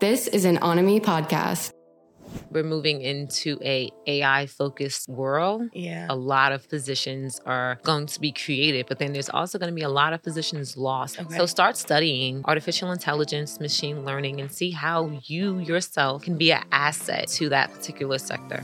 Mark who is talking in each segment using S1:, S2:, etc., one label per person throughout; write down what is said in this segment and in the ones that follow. S1: This is an Onami podcast.
S2: We're moving into a AI focused world.
S3: Yeah.
S2: A lot of positions are going to be created, but then there's also going to be a lot of positions lost.
S3: Okay.
S2: So start studying artificial intelligence, machine learning, and see how you yourself can be an asset to that particular sector.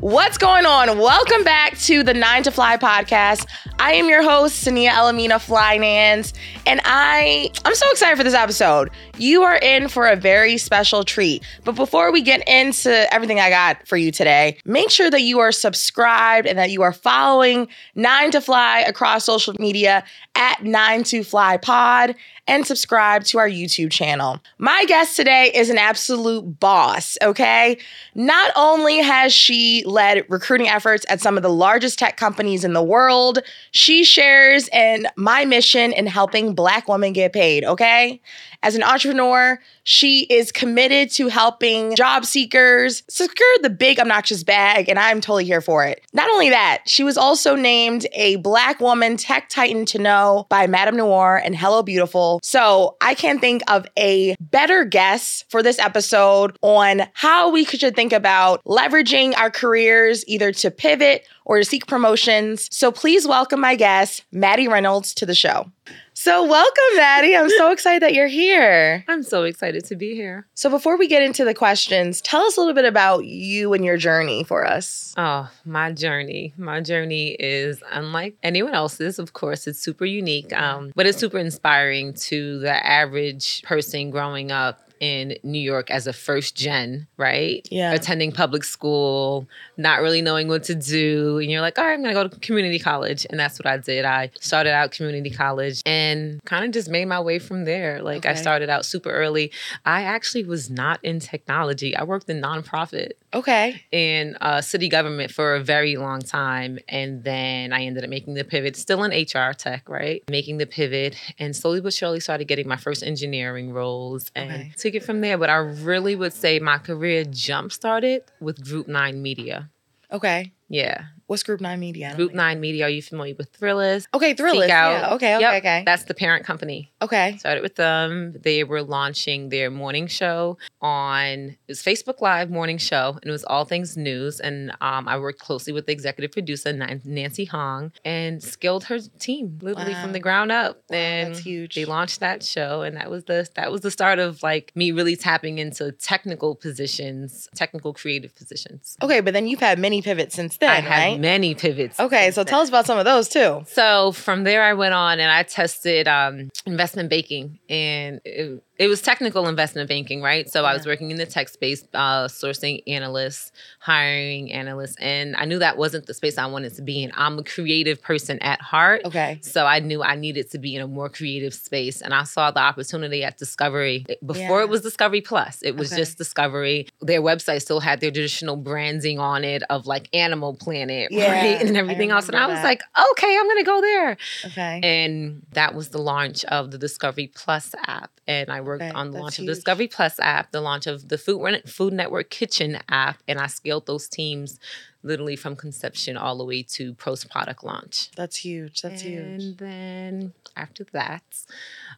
S3: What's going on? Welcome back to the Nine to Fly podcast. I am your host, Sania Elamina Flynans, and I I'm so excited for this episode. You are in for a very special treat. But before we get into everything I got for you today, make sure that you are subscribed and that you are following Nine to Fly across social media at Nine to Fly Pod and subscribe to our YouTube channel. My guest today is an absolute boss, okay? Not only has she led recruiting efforts at some of the largest tech companies in the world, she shares in my mission in helping Black women get paid, okay? As an entrepreneur, she is committed to helping job seekers secure the big obnoxious bag, and I'm totally here for it. Not only that, she was also named a Black Woman Tech Titan to Know by Madame Noir and Hello Beautiful. So I can't think of a better guest for this episode on how we should think about leveraging our careers either to pivot or to seek promotions. So please welcome my guest, Maddie Reynolds, to the show. So, welcome, Maddie. I'm so excited that you're here.
S2: I'm so excited to be here.
S3: So, before we get into the questions, tell us a little bit about you and your journey for us.
S2: Oh, my journey. My journey is unlike anyone else's, of course. It's super unique,
S3: Mm-hmm.
S2: um, but it's super inspiring to the average person growing up in New York as a first gen, right?
S3: Yeah.
S2: Attending public school, not really knowing what to do. And you're like, all right, I'm going to go to community college. And that's what I did. I started out community college and kind of just made my way from there. Like, I
S3: Okay.
S2: started out super early. I actually was not in technology, I worked in nonprofit
S3: Okay.
S2: in uh, city government for a very long time. And then I ended up making the pivot, still in HR tech, right? Making the pivot and slowly but surely started getting my first engineering roles and
S3: Okay.
S2: took it from there. But I really would say my career jump started with Group Nine Media.
S3: Okay.
S2: Yeah.
S3: What's Group Nine Media? I don't
S2: Group
S3: think-
S2: Nine Media, are you familiar with Thrillist?
S3: Okay, Thrillist.
S2: Seek Out?
S3: Yeah. Okay. Okay.
S2: Yep,
S3: Okay.
S2: That's the parent company.
S3: okay.
S2: Started with them. They were launching their morning show on it was Facebook Live morning show, and it was all things news. And um, I worked closely with the executive producer Nan- Nancy Hong and skilled her team literally
S3: Wow.
S2: from the ground up.
S3: Wow,
S2: and
S3: that's huge.
S2: they launched that show, and that was the that was the start of like me really tapping into technical positions, technical creative positions.
S3: okay, but then you've had many pivots since then,
S2: I had
S3: right?
S2: many pivots.
S3: okay,
S2: since
S3: so
S2: then.
S3: tell us about some of those too.
S2: So from there, I went on and I tested um, investment banking, and it, it was technical investment banking, right? So I was
S3: Yeah.
S2: working in the tech space, uh, sourcing analysts, hiring analysts, and I knew that wasn't the space I wanted to be in. I'm a creative person at heart.
S3: Okay.
S2: So I knew I needed to be in a more creative space. And I saw the opportunity at Discovery. eh, Before
S3: Yeah.
S2: it was Discovery Plus, it was
S3: Okay.
S2: just Discovery. Their website still had their traditional branding on it of like Animal Planet,
S3: Yeah,
S2: right? And
S3: I
S2: everything else. And I
S3: remember
S2: was
S3: that.
S2: like, okay, I'm going to go there.
S3: Okay.
S2: And that was the launch of the Discovery Plus app. And I worked
S3: Okay,
S2: on the
S3: that's
S2: launch of
S3: huge.
S2: Discovery Plus app, the launch of the Food, Ren- Food Network Kitchen app. And I scaled those teams literally from conception all the way to post product launch.
S3: that's huge. That's
S2: and
S3: huge.
S2: then after that,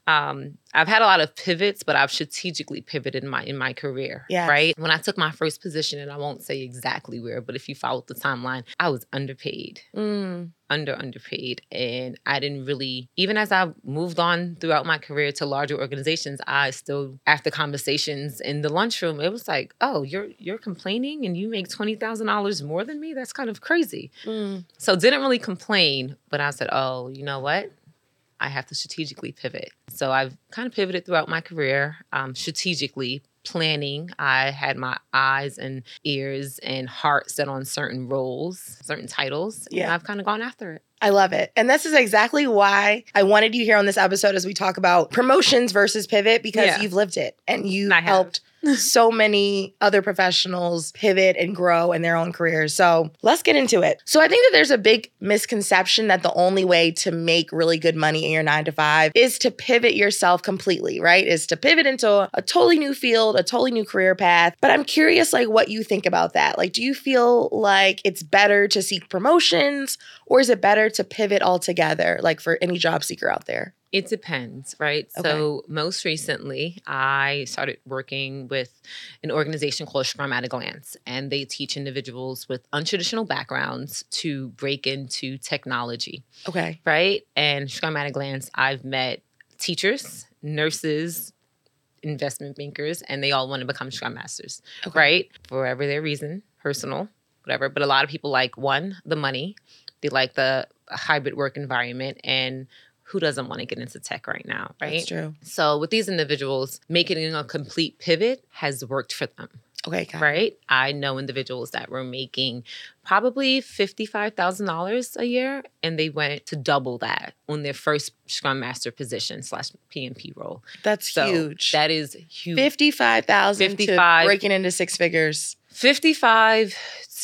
S2: um, I've had a lot of pivots, but I've strategically pivoted in my in my career.
S3: Yes.
S2: Right. When I took my first position, and I won't say exactly where, but if you followed the timeline, I was underpaid.
S3: Mm,
S2: Under underpaid, and I didn't really. Even as I moved on throughout my career to larger organizations, I still after conversations in the lunchroom, it was like, "Oh, you're you're complaining, and you make twenty thousand dollars more than me. That's kind of crazy."
S3: mm.
S2: So didn't really complain, but I said, "Oh, you know what? I have to strategically pivot." So I've kind of pivoted throughout my career, um, strategically planning. I had my eyes and ears and heart set on certain roles, certain titles, and
S3: Yeah.
S2: I've kind of gone after it.
S3: I love it. And this is exactly why I wanted you here on this episode as we talk about promotions versus pivot because
S2: Yeah.
S3: you've lived it and you
S2: I have.
S3: helped so many other professionals pivot and grow in their own careers. So let's get into it. So I think that there's a big misconception that the only way to make really good money in your nine to five is to pivot yourself completely, right? Is to pivot into a, a totally new field, a totally new career path. But I'm curious, like, what you think about that. Like, do you feel like it's better to seek promotions or is it better to pivot altogether, like for any job seeker out there?
S2: It depends, right? So, most recently, I started working with an organization called Scrum at a Glance, and they teach individuals with untraditional backgrounds to break into technology,
S3: Okay.
S2: right? And Scrum at a Glance, I've met teachers, nurses, investment bankers, and they all want to become Scrum Masters,
S3: Okay.
S2: right? For whatever their reason, personal, whatever. But a lot of people like one, the money, they like the hybrid work environment, and who doesn't want to get into tech right now, right?
S3: That's true.
S2: So with these individuals, making a complete pivot has worked for them,
S3: Okay. Got it.
S2: right? I know individuals that were making probably $55,000 a year and they went to double that on their first Scrum Master position slash PMP role.
S3: That's
S2: So
S3: huge.
S2: that is huge.
S3: 55,000 to
S2: 55.
S3: breaking into six figures.
S2: 55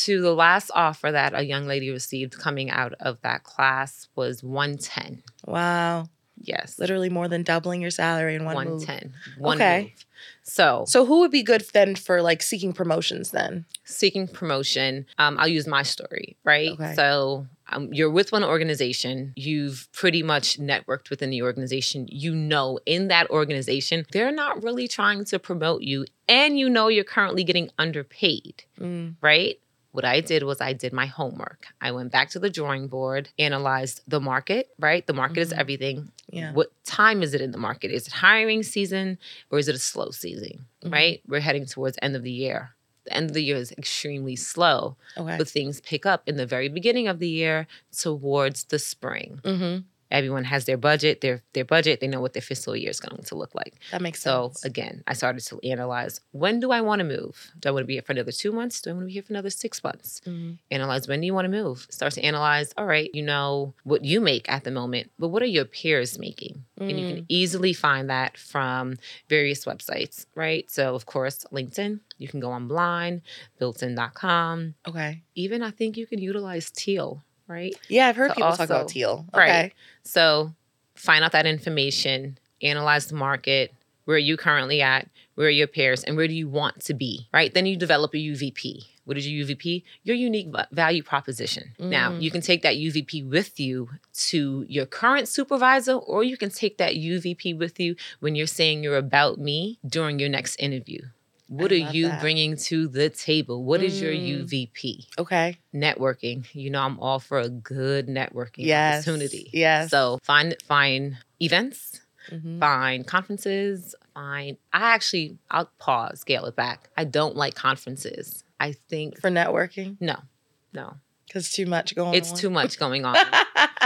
S2: to the last offer that a young lady received coming out of that class was 110.
S3: Wow.
S2: Yes.
S3: Literally more than doubling your salary in one move.
S2: 110. One
S3: Okay.
S2: move. So
S3: So who would be good then for like seeking promotions then?
S2: seeking promotion, um, I'll use my story, right?
S3: Okay.
S2: So um, you're with one organization, you've pretty much networked within the organization. You know, in that organization, they're not really trying to promote you, and you know you're currently getting underpaid,
S3: Mm,
S2: right? What I did was I did my homework. I went back to the drawing board, analyzed the market, right? The market is
S3: Mhm.
S2: everything.
S3: yeah.
S2: What time is it in the market? Is it hiring season or is it a slow season?
S3: Mhm.
S2: Right? We're heading towards end of the year. The end of the year is extremely slow,
S3: Okay.
S2: but things pick up in the very beginning of the year towards the spring.
S3: mm-hmm.
S2: Everyone has their budget, their their budget, they know what their fiscal year is going to look like.
S3: That makes
S2: So
S3: sense.
S2: again, I started to analyze when do I want to move? Do I want to be here for another two months? Do I want to be here for another six months?
S3: Mhm.
S2: Analyze when do you want to move? Start to analyze, all right, you know what you make at the moment, but what are your peers making? And you
S3: Mm.
S2: can easily find that from various websites, right? So of course, LinkedIn, you can go on blind, builtin.com.
S3: Mm, Okay.
S2: Even I think you can utilize teal, right?
S3: Yeah, I've heard
S2: to
S3: people talk about
S2: also-
S3: teal. Okay.
S2: Right. So find out that information, analyze the market, where are you currently at, where are your peers, and where do you want to be, right? Then you develop a UVP. What is your UVP? Your unique va- value proposition. Now,
S3: Mm.
S2: you can take that UVP with you to your current supervisor, or you can take that UVP with you when you're saying you're about me during your next interview. What
S3: I
S2: are
S3: love
S2: you
S3: that.
S2: bringing to the table? What is your
S3: Mm.
S2: UVP?
S3: Okay.
S2: networking. You know, I'm all for a good networking
S3: Yes.
S2: opportunity.
S3: Yes.
S2: So find find events,
S3: Mhm.
S2: find conferences, find I actually I'll pause, scale it back. I don't like conferences. I think
S3: for networking
S2: no, no.
S3: because too much going
S2: It's
S3: on.
S2: too much going on.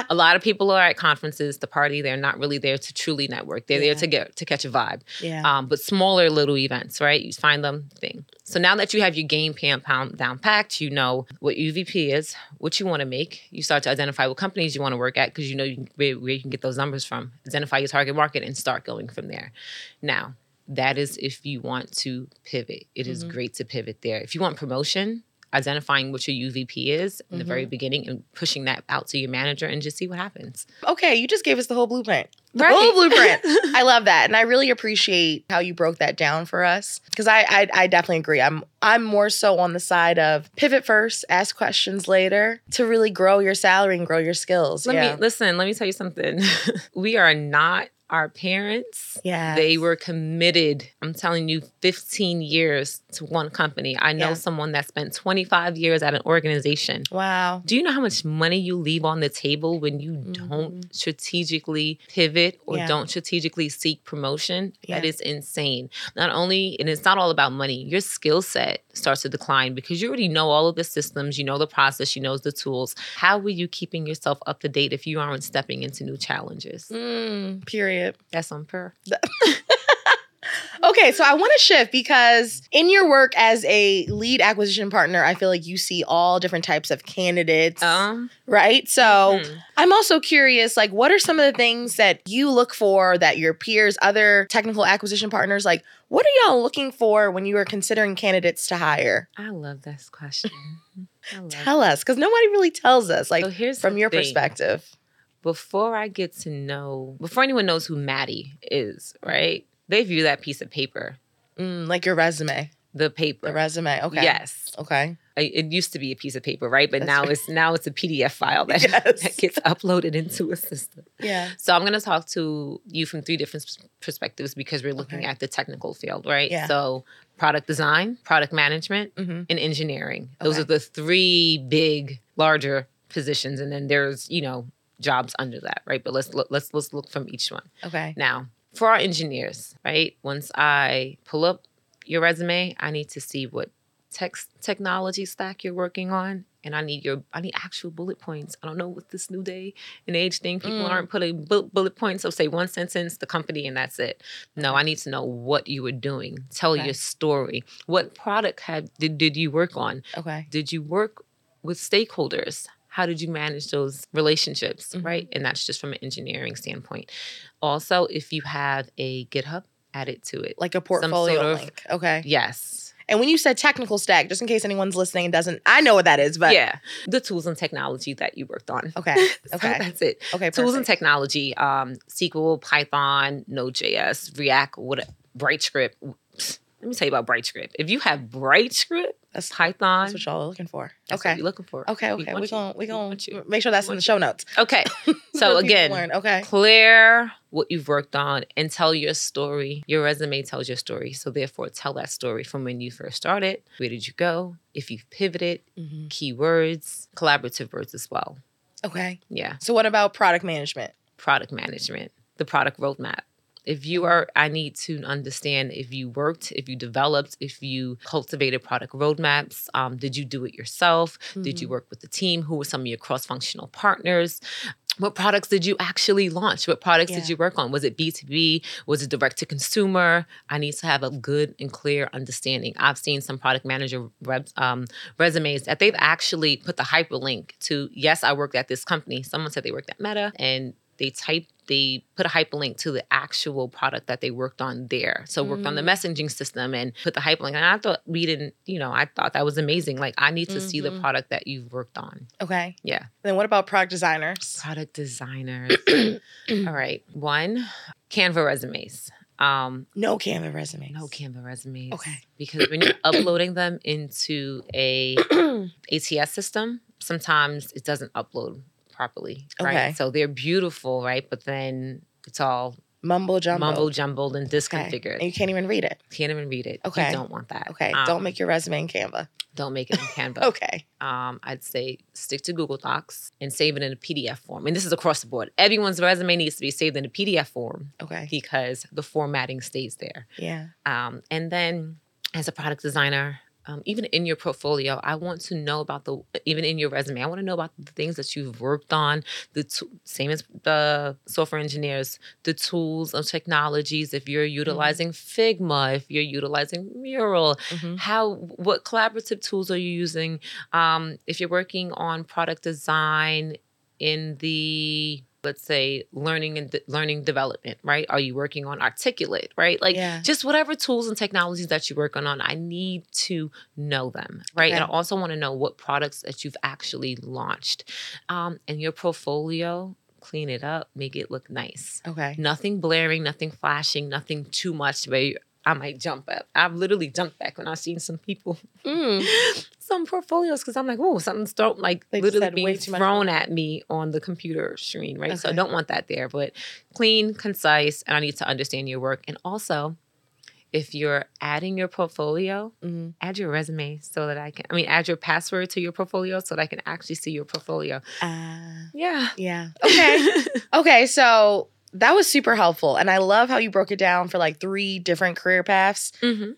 S2: a lot of people are at conferences to party. They're not really there to truly network. They're
S3: Yeah.
S2: there to get to catch a vibe.
S3: yeah.
S2: Um, but smaller little events, right? You find them thing. So now that you have your game plan pound down packed, you know what UVP is, what you want to make. You start to identify what companies you want to work at because you know you can, where, where you can get those numbers from. Identify your target market and start going from there. Now, that is if you want to pivot. It is
S3: Mhm.
S2: great to pivot there. If you want promotion, identifying what your UVP is in the very beginning and pushing that out to your manager and just see what happens.
S3: okay, you just gave us the whole blueprint. The
S2: Right.
S3: whole blueprint. I love that, and I really appreciate how you broke that down for us because I, I I definitely agree. I'm I'm more so on the side of pivot first, ask questions later to really grow your salary and grow your skills.
S2: Let
S3: yeah.
S2: me listen, let me tell you something. we are not our parents.
S3: yeah.
S2: They were committed, I'm telling you, 15 years to one company. I know
S3: Yeah.
S2: someone that spent 25 years at an organization.
S3: Wow.
S2: Do you know how much money you leave on the table when you don't strategically pivot or
S3: Mm-hmm. Yeah.
S2: don't strategically seek promotion? That
S3: Yeah.
S2: is insane. Not only, and it's not all about money, your skill set starts to decline because you already know all of the systems, you know the process, you know the tools. How are you keeping yourself up to date if you aren't stepping into new challenges?
S3: Mm, period.
S2: That's unfair.
S3: Okay, so I want to shift because in your work as a lead acquisition partner, I feel like you see all different types of candidates,
S2: Um,
S3: right? So
S2: hmm.
S3: I'm also curious, like, what are some of the things that you look for that your peers, other technical acquisition partners, like, what are y'all looking for when you are considering candidates to hire?
S2: I love this question. I love
S3: Tell us, because nobody really tells us, like,
S2: so here's
S3: from
S2: the
S3: your
S2: thing.
S3: perspective.
S2: Before I get to know, before anyone knows who Maddie is, right? They view that piece of paper,
S3: Mm, like your resume,
S2: the paper.
S3: the resume. Okay.
S2: Yes.
S3: Okay.
S2: I- it used to be a piece of paper, right? But
S3: That's
S2: now
S3: right.
S2: it's now it's a PDF file that,
S3: Yes.
S2: that gets uploaded into a system.
S3: Yeah.
S2: So I'm going to talk to you from three different s- perspectives because we're looking
S3: Okay.
S2: at the technical field, right?
S3: Yeah.
S2: So product design, product management,
S3: Mm-hmm.
S2: and engineering. Those
S3: Okay.
S2: are the three big, larger positions, and then there's you know jobs under that, right? But let's look, let's let's look from each one
S3: Okay.
S2: now for our engineers, right? Once I pull up your resume, I need to see what tech technology stack you're working on. And I need your, I need actual bullet points. I don't know what this new day and age thing. People
S3: Mm.
S2: aren't putting bu- bullet points. So say one sentence, the company, and that's it. No, I need to know what you were doing. Tell
S3: Okay.
S2: your story. What product had did, did you work on?
S3: Okay.
S2: Did you work with stakeholders? How did you manage those relationships,
S3: Mhm.
S2: right? And that's just from an engineering standpoint. Also, if you have a GitHub, add it to it.
S3: Like a portfolio
S2: sort of-
S3: link. Okay.
S2: Yes.
S3: And when you said technical stack, just in case anyone's listening and doesn't, I know what that is, but
S2: yeah. The tools and technology that you worked on.
S3: Okay.
S2: So
S3: Okay.
S2: that's it.
S3: Okay.
S2: Tools and
S3: perfect.
S2: technology, um, SQL, Python, Node.js, React, what BrightScript. Psst, Let me tell you about BrightScript. If you have BrightScript,
S3: That's-
S2: Python,
S3: That's what y'all are looking for.
S2: that's what
S3: okay.
S2: you're looking for.
S3: Okay.
S2: We
S3: Okay.
S2: want
S3: We're
S2: you.
S3: going we
S2: We
S3: going
S2: want you.
S3: to make sure that's
S2: We
S3: in the
S2: want
S3: show notes.
S2: Okay. So
S3: people
S2: again,
S3: learn. Okay.
S2: clear what you've worked on and tell your story. Your resume tells your story. So therefore tell that story from when you first started. Where did you go? If you've pivoted, keywords, collaborative words as well.
S3: Okay.
S2: Yeah.
S3: So what about product management?
S2: Product management, the product roadmap. If you are, I need to understand if you worked, if you developed, if you cultivated product roadmaps. Um, did you do it yourself? Did you work with the team? Who were some of your cross functional partners? What products did you actually launch? What products
S3: Yeah.
S2: did you work on? Was it B2B? Was it direct to consumer? I need to have a good and clear understanding. I've seen some product manager res- um, resumes that they've actually put the hyperlink to, yes, I worked at this company. Someone said they worked at Meta and they type they put a hyperlink to the actual product that they worked on there so worked on the messaging system and put the hyperlink and i thought we didn't you know i thought that was amazing like i need to see the
S3: Mhm.
S2: product that you've worked on
S3: Okay.
S2: yeah
S3: Then what about product designers?
S2: product designers all right one canva resumes um
S3: No Canva resumes.
S2: no canva resumes
S3: Okay.
S2: because when you're uploading them into a
S3: Canva.
S2: ATS system, sometimes it doesn't upload properly. Right.
S3: Okay.
S2: So they're beautiful, right? But then it's all
S3: Mumble jumbo.
S2: mumble jumbled and
S3: Okay.
S2: disconfigured.
S3: And you can't even read it.
S2: Can't even read it.
S3: Okay.
S2: You don't want that.
S3: Okay.
S2: Um,
S3: Don't make your resume in Canva.
S2: don't make it in Canva.
S3: Okay.
S2: um, I'd say stick to Google Docs and save it in a PDF form. And this is across the board. Everyone's resume needs to be saved in a PDF form
S3: Okay.
S2: because the formatting stays there.
S3: Yeah.
S2: Um, and then as a product designer, um, even in your portfolio, I want to know about the even in your resume. I want to know about the things that you've worked on. The t- same as the software engineers, the tools and technologies. If you're utilizing Figma, if you're utilizing Mural,
S3: Mhm.
S2: how what collaborative tools are you using? Um, if you're working on product design in the let's say learning and de- learning development, right? Are you working on Articulate, right? Like
S3: Yeah.
S2: just whatever tools and technologies that you're working on, I need to know them, right? And I
S3: Okay.
S2: also want to know what products that you've actually launched. Um, and your portfolio, clean it up, make it look nice.
S3: Okay.
S2: Nothing blaring, nothing flashing, nothing too much where you- I might jump up. I've literally jumped back when I've seen some people,
S3: Mm.
S2: some portfolios, because I'm like, oh, something's thrown, like
S3: They just
S2: literally
S3: had way
S2: being
S3: too much-
S2: thrown at me on the computer screen, right? So I
S3: Okay.
S2: don't want that there, but clean, concise, and I need to understand your work. And also, if you're adding your portfolio,
S3: Mhm.
S2: add your resume so that I can, I mean, add your password to your portfolio so that I can actually see your portfolio.
S3: Ah,
S2: Yeah.
S3: yeah. Okay. Okay, so that was super helpful. And I love how you broke it down for like three different career paths
S2: Mhm.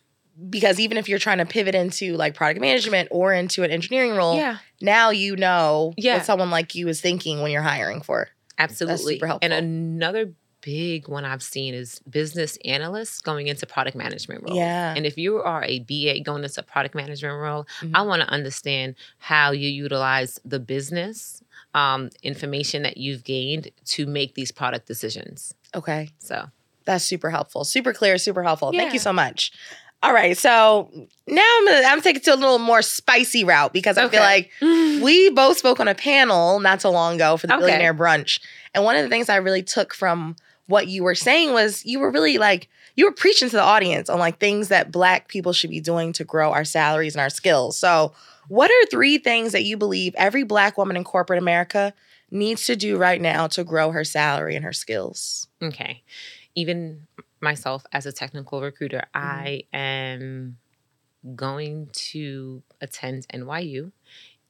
S3: because even if you're trying to pivot into like product management or into an engineering role,
S2: Yeah.
S3: now you know
S2: Yeah.
S3: what someone like you is thinking when you're hiring for.
S2: Absolutely.
S3: super helpful.
S2: and another big one I've seen is business analysts going into product management roles.
S3: Yeah.
S2: And if you are a BA going into product management role,
S3: Mhm.
S2: I want to understand how you utilize the business um, information that you've gained to make these product decisions.
S3: Okay.
S2: So
S3: That's super helpful. Super clear, super helpful. Thank you
S2: Yeah.
S3: so much. All right. So now I'm gonna, I'm taking to a little more spicy route because I
S2: Okay.
S3: feel like we both spoke on a panel not so long ago for the
S2: Okay.
S3: billionaire brunch. And one of the things I really took from what you were saying was you were really like you were preaching to the audience on like things that black people should be doing to grow our salaries and our skills. So, what are three things that you believe every black woman in corporate America needs to do right now to grow her salary and her skills?
S2: Okay. Even myself as a technical recruiter,
S3: Mm-hmm.
S2: I am going to attend NYU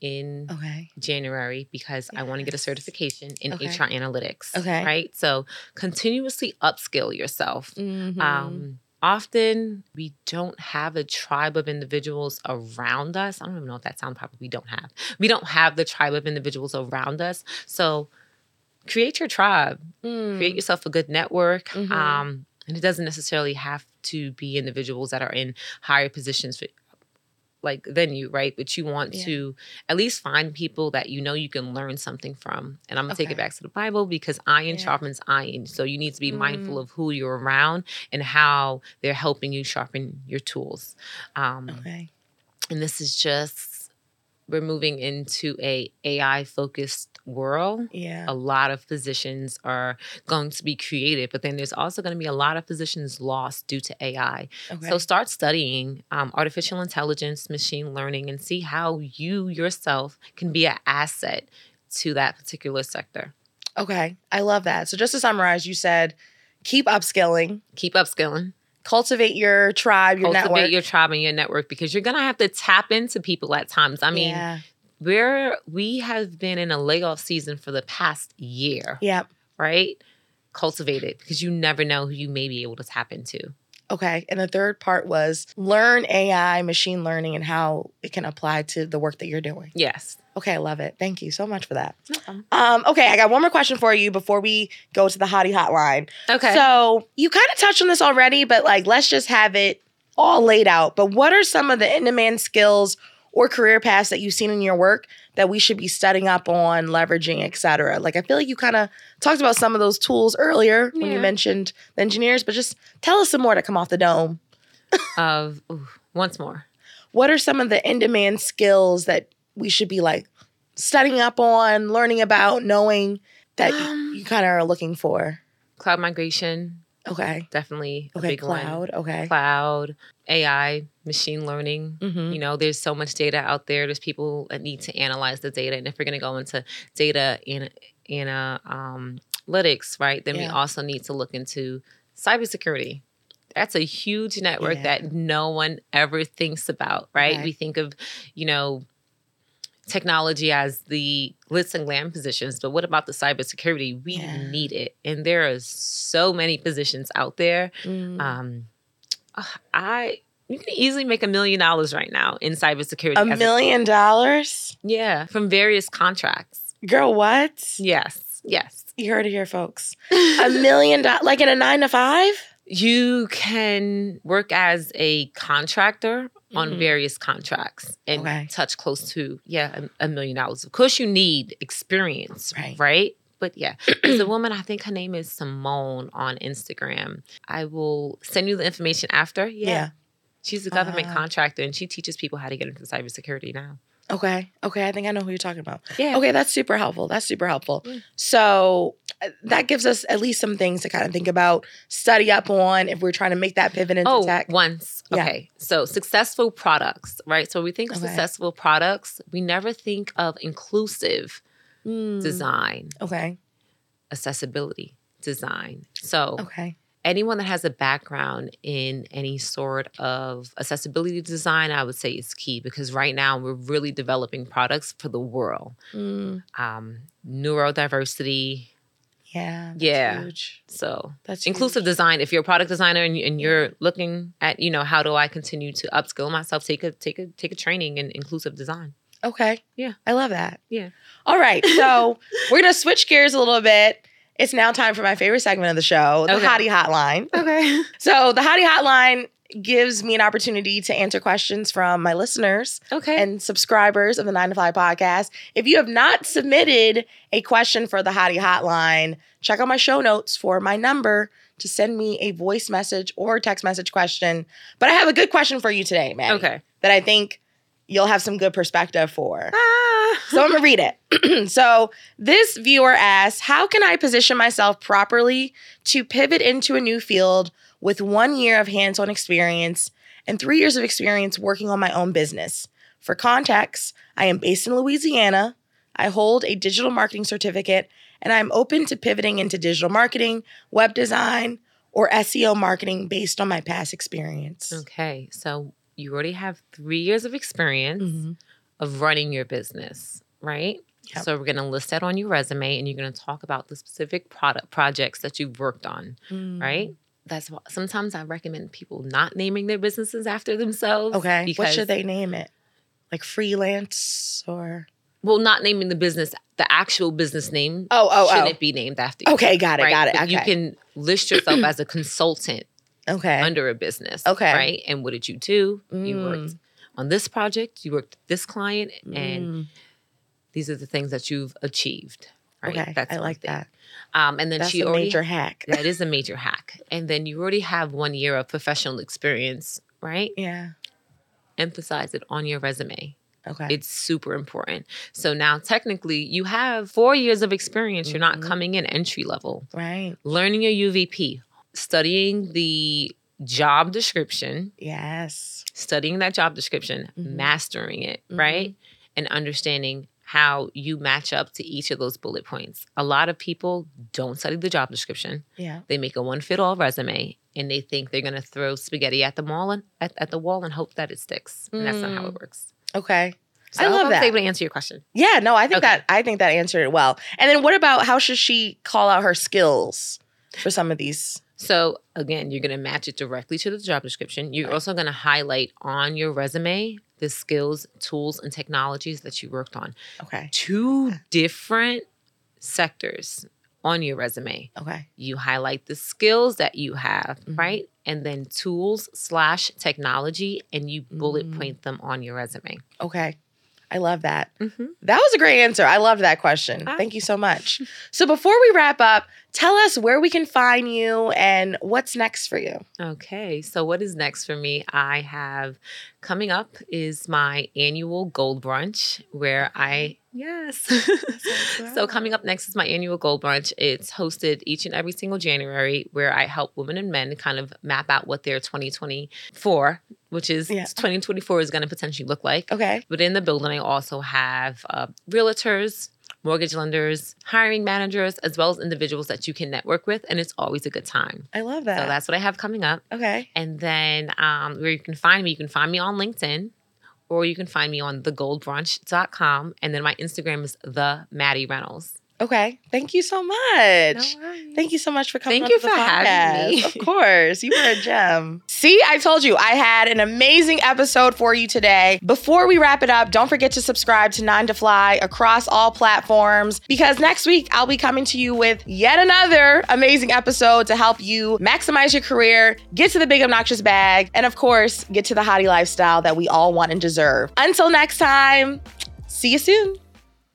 S2: in
S3: Okay.
S2: January because I want to get a
S3: Oh. Yes.
S2: certification in
S3: Okay.
S2: HR analytics.
S3: Okay.
S2: Right? So continuously upskill yourself. Um, often we don't have a tribe of individuals around us. I don't even know if that sounds proper. We don't have. We don't have the tribe of individuals around us. So create your tribe,
S3: Mm.
S2: create yourself a good network.
S3: Mhm.
S2: Um, and it doesn't necessarily have to be individuals that are in higher positions for, like than you, right? But you want
S3: Yeah.
S2: to at least find people that you know you can learn something from. And I'm gonna take
S3: Okay.
S2: it back to the Bible because iron
S3: Yeah.
S2: sharpens iron. So you need to be mindful
S3: Mm.
S2: of who you're around and how they're helping you sharpen your tools. Um,
S3: Okay.
S2: and this is just we're moving into a AI focused world
S3: Yeah.
S2: a lot of positions are going to be created, but then there's also going to be a lot of positions lost due to AI.
S3: Okay.
S2: Oh, So start studying um, artificial intelligence, machine learning, and see how you yourself can be an asset to that particular sector.
S3: okay. I love that. So just to summarize, you said keep upskilling,
S2: Keep upskilling,
S3: cultivate your tribe, your
S2: cultivate
S3: network.
S2: your tribe and your network because you're going to have to tap into people at times. I mean,
S3: yeah.
S2: we're we have been in a layoff season for the past year,
S3: Yep.
S2: right? Cultivate it because you never know who you may be able to tap into.
S3: Okay. And the third part was learn AI, machine learning, and how it can apply to the work that you're doing.
S2: Yes.
S3: Okay, I love it. Thank you so much for that.
S2: problem.
S3: Um, okay, I got one more question for you before we go to the hottie hotline.
S2: Okay.
S3: So you kind of touched on this already, but like let's just have it all laid out. But what are some of the in-demand skills or career paths that you've seen in your work that we should be studying up on, leveraging, et cetera? Like I feel like you kind of talked about some of those tools earlier when you
S2: Yeah.
S3: mentioned the engineers, but just tell us some more to come off the dome.
S2: of ooh, once more.
S3: What are some of the in-demand skills that we should be like studying up on, learning about, knowing that you-
S2: Um,
S3: you kind of are looking for?
S2: Cloud migration,
S3: Okay.
S2: definitely a
S3: Okay,
S2: big
S3: cloud. Okay.
S2: one. Cloud, AI, machine learning.
S3: Mm-hmm.
S2: You know, there's so much data out there. There's people that need to analyze the data, and if we're going to go into data in in a, um, analytics, right, then we
S3: Yeah.
S2: also need to look into cybersecurity. That's a huge network
S3: Yeah.
S2: that no one ever thinks about, right?
S3: Right.
S2: We think of, you know, technology as the glitz and glam positions, but what about the cybersecurity? We
S3: Yeah.
S2: need it, and there are so many positions out there
S3: Mm.
S2: um, uh, I you can easily make a million dollars right now in cybersecurity.
S3: A
S2: as
S3: million dollars?
S2: yeah, from various contracts.
S3: Girl, what?
S2: Yes, yes.
S3: You heard it here, folks. A million dollars, like in a nine to five?
S2: you can work as a contractor on
S3: Mhm.
S2: various contracts and
S3: Okay.
S2: touch close to yeah a, a million dollars. Of course, you need experience,
S3: Right.
S2: right? right? But yeah, there's a woman. I think her name is Simone on Instagram. I will send you the information after. Yeah.
S3: Yeah.
S2: She's a government
S3: Ah.
S2: contractor and she teaches people how to get into cybersecurity now.
S3: Okay. Okay. I think I know who you're talking about.
S2: Yeah.
S3: Okay. That's super helpful. That's super helpful.
S2: Yeah.
S3: So uh, that gives us at least some things to kind of think about, study up on if we're trying to make that pivot into
S2: Oh,
S3: tech.
S2: once.
S3: Yeah.
S2: Okay. So successful products, right? So when we think of
S3: Okay.
S2: successful products, we never think of inclusive
S3: Mm.
S2: design,
S3: Okay.
S2: accessibility design. So
S3: Okay.
S2: anyone that has a background in any sort of accessibility design, I would say is key because right now we're really developing products for the world.
S3: Mm.
S2: Um, neurodiversity.
S3: Yeah. That's
S2: Yeah.
S3: Huge.
S2: So
S3: That's
S2: inclusive
S3: huge.
S2: design if you're a product designer and, and you're looking at you know how do i continue to upskill myself take a take a take a training in inclusive design
S3: Okay.
S2: Yeah.
S3: I love that.
S2: Yeah.
S3: All right. So we're going to switch gears a little bit. It's now time for my favorite segment of the show, the
S2: Okay.
S3: Hottie Hotline.
S2: okay
S3: So the Hottie Hotline gives me an opportunity to answer questions from my listeners
S2: okay
S3: and subscribers of the Nine to Five podcast. If you have not submitted a question for the Hottie Hotline, check out my show notes for my number to send me a voice message or text message question. But I have a good question for you today, man
S2: okay
S3: that I think you'll have some good perspective for.
S2: Ah.
S3: So I'm gonna read it. so this viewer asks, how can I position myself properly to pivot into a new field with one year of hands-on experience and three years of experience working on my own business? For context, I am based in Louisiana. I hold a digital marketing certificate and I'm open to pivoting into digital marketing, web design, or SEO marketing based on my past experience.
S2: Okay, so you already have three years of experience
S3: Mhm.
S2: of running your business, right?
S3: Yep.
S2: So we're gonna list that on your resume, and you're gonna talk about the specific product projects that you've worked on,
S3: Mm-hmm.
S2: right? That's why sometimes I recommend people not naming their businesses after themselves.
S3: Okay. what
S2: because-
S3: should they name it? Like freelance or
S2: Well, not naming the business, the actual business name
S3: oh oh
S2: shouldn't it be named after you.
S3: Okay, got it, got it.
S2: But
S3: Okay,
S2: You can list yourself as a consultant
S3: okay,
S2: under a business.
S3: Okay.
S2: Right. And what did you do? You worked
S3: Mm.
S2: on this project, you worked with this client, and
S3: Mm,
S2: these are the things that you've achieved. Right.
S3: okay, I
S2: one
S3: like
S2: thing.
S3: that.
S2: Um, and then
S3: That's
S2: she
S3: a
S2: already
S3: major hack.
S2: that is a major hack. And then you already have one year of professional experience, right?
S3: Yeah.
S2: Emphasize it on your resume.
S3: Okay.
S2: It's super important. So now technically you have four years of experience. You're not
S3: Mhm.
S2: coming in entry level.
S3: right.
S2: Learning your UVP, studying the job description,
S3: Yes.
S2: studying that job description,
S3: Mhm.
S2: mastering it,
S3: Mhm.
S2: right? And understanding how you match up to each of those bullet points. A lot of people don't study the job description.
S3: Yeah.
S2: They make a one fit all resume and they think they're going to throw spaghetti at the mall and at, at the wall and hope that it sticks. And that's not how it works.
S3: Okay.
S2: So
S3: Mm. I love
S2: hope
S3: that.
S2: I was able to answer your question.
S3: Yeah. No, I think
S2: Okay.
S3: that I think that answered it well. And then what about how should she call out her skills for some of these?
S2: So again, you're going to match it directly to the job description. You're also going to highlight on your resume the skills, tools, and technologies that you worked on.
S3: Okay.
S2: two different sectors on your resume.
S3: Okay.
S2: You highlight the skills that you have,
S3: Mhm.
S2: right? And then tools slash technology, and you bullet
S3: Mm.
S2: point them on your resume.
S3: Okay. I love that.
S2: Mm-hmm.
S3: That was a great answer. I loved that question.
S2: Ah.
S3: Thank you so much. So before we wrap up, tell us where we can find you and what's next for you.
S2: Okay, so what is next for me? I have coming up is my annual gold brunch where I yes. so coming up next is my annual gold brunch. It's hosted each and every single January where I help women and men kind of map out what their 2024, which is
S3: Yeah.
S2: 2024 is going to potentially look like.
S3: Okay.
S2: But in the building, I also have uh, realtors, mortgage lenders, hiring managers, as well as individuals that you can network with, and it's always a good time.
S3: I love that.
S2: So that's what I have coming up.
S3: okay.
S2: And then um, where you can find me, you can find me on LinkedIn or you can find me on thegoldbrunch.com. And then my Instagram is the Maddie Reynolds.
S3: Okay. Thank you so much.
S2: Thank
S3: Thank you so much for coming.
S2: Thank
S3: on
S2: you
S3: to the
S2: for having
S3: podcast.
S2: me.
S3: Of course, you were a gem. See, I told you I had an amazing episode for you today. Before we wrap it up, don't forget to subscribe to Nine to Fly across all platforms because next week I'll be coming to you with yet another amazing episode to help you maximize your career, get to the big obnoxious bag, and of course, get to the hottie lifestyle that we all want and deserve. Until next time, see you soon.